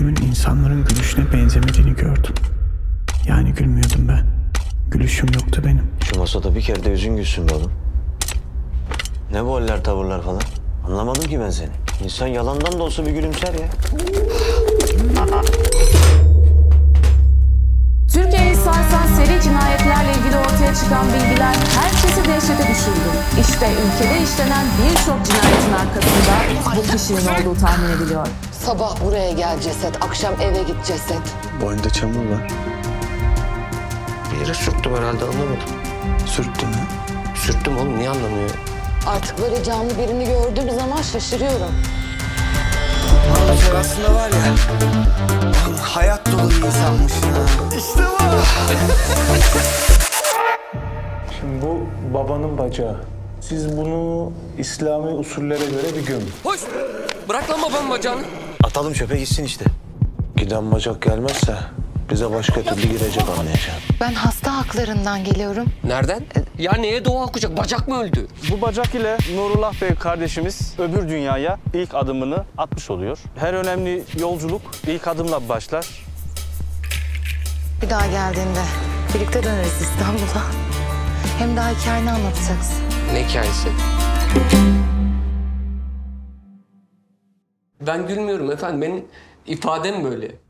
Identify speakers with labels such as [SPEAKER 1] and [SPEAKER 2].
[SPEAKER 1] İnsanların gülüşüne benzemediğini gördüm. Yani gülmüyordum ben. Gülüşüm yoktu benim.
[SPEAKER 2] Şu masada bir kere de yüzün gülsün be oğlum. Ne bu haller tavırlar falan? Anlamadım ki ben seni. İnsan yalandan da olsa bir gülümser ya.
[SPEAKER 3] Türkiye'yi sarsan seri cinayetlerle ilgili ortaya çıkan bilgiler herkesi dehşete düşürdü. İşte ülkede işlenen birçok cinayetin arkasında bu kişinin olduğu tahmin ediliyor.
[SPEAKER 4] Sabah buraya gel ceset, akşam eve git ceset.
[SPEAKER 5] Boynunda çamur var.
[SPEAKER 6] Bir yere sürttüm herhalde anlamadım.
[SPEAKER 5] Sürttü mü?
[SPEAKER 6] Sürttüm oğlum niye anlamıyor?
[SPEAKER 4] Artık böyle canlı birini gördüğüm zaman şaşırıyorum.
[SPEAKER 7] Sen aslında var ya hayat dolu bir insanmış ya. İşte bu.
[SPEAKER 8] Şimdi bu babanın bacağı. Siz bunu İslami usullere göre bir gömün.
[SPEAKER 9] Hoş. Bırak lan babamın bacağını.
[SPEAKER 2] Atalım çöpe gitsin işte.
[SPEAKER 5] Giden bacak gelmezse bize başka türlü girecek anlayacağım.
[SPEAKER 4] Ben hasta haklarından geliyorum.
[SPEAKER 9] Nereden? E, Ya neye doğa okuyacak? Bacak mı öldü?
[SPEAKER 10] Bu bacak ile Nurullah Bey kardeşimiz öbür dünyaya ilk adımını atmış oluyor. Her önemli yolculuk ilk adımla başlar.
[SPEAKER 4] Bir daha geldiğinde birlikte döneriz İstanbul'a. Hem daha hikayeni anlatacaksın.
[SPEAKER 9] Ne hikayesi? Ben gülmüyorum efendim. Benim ifadem böyle.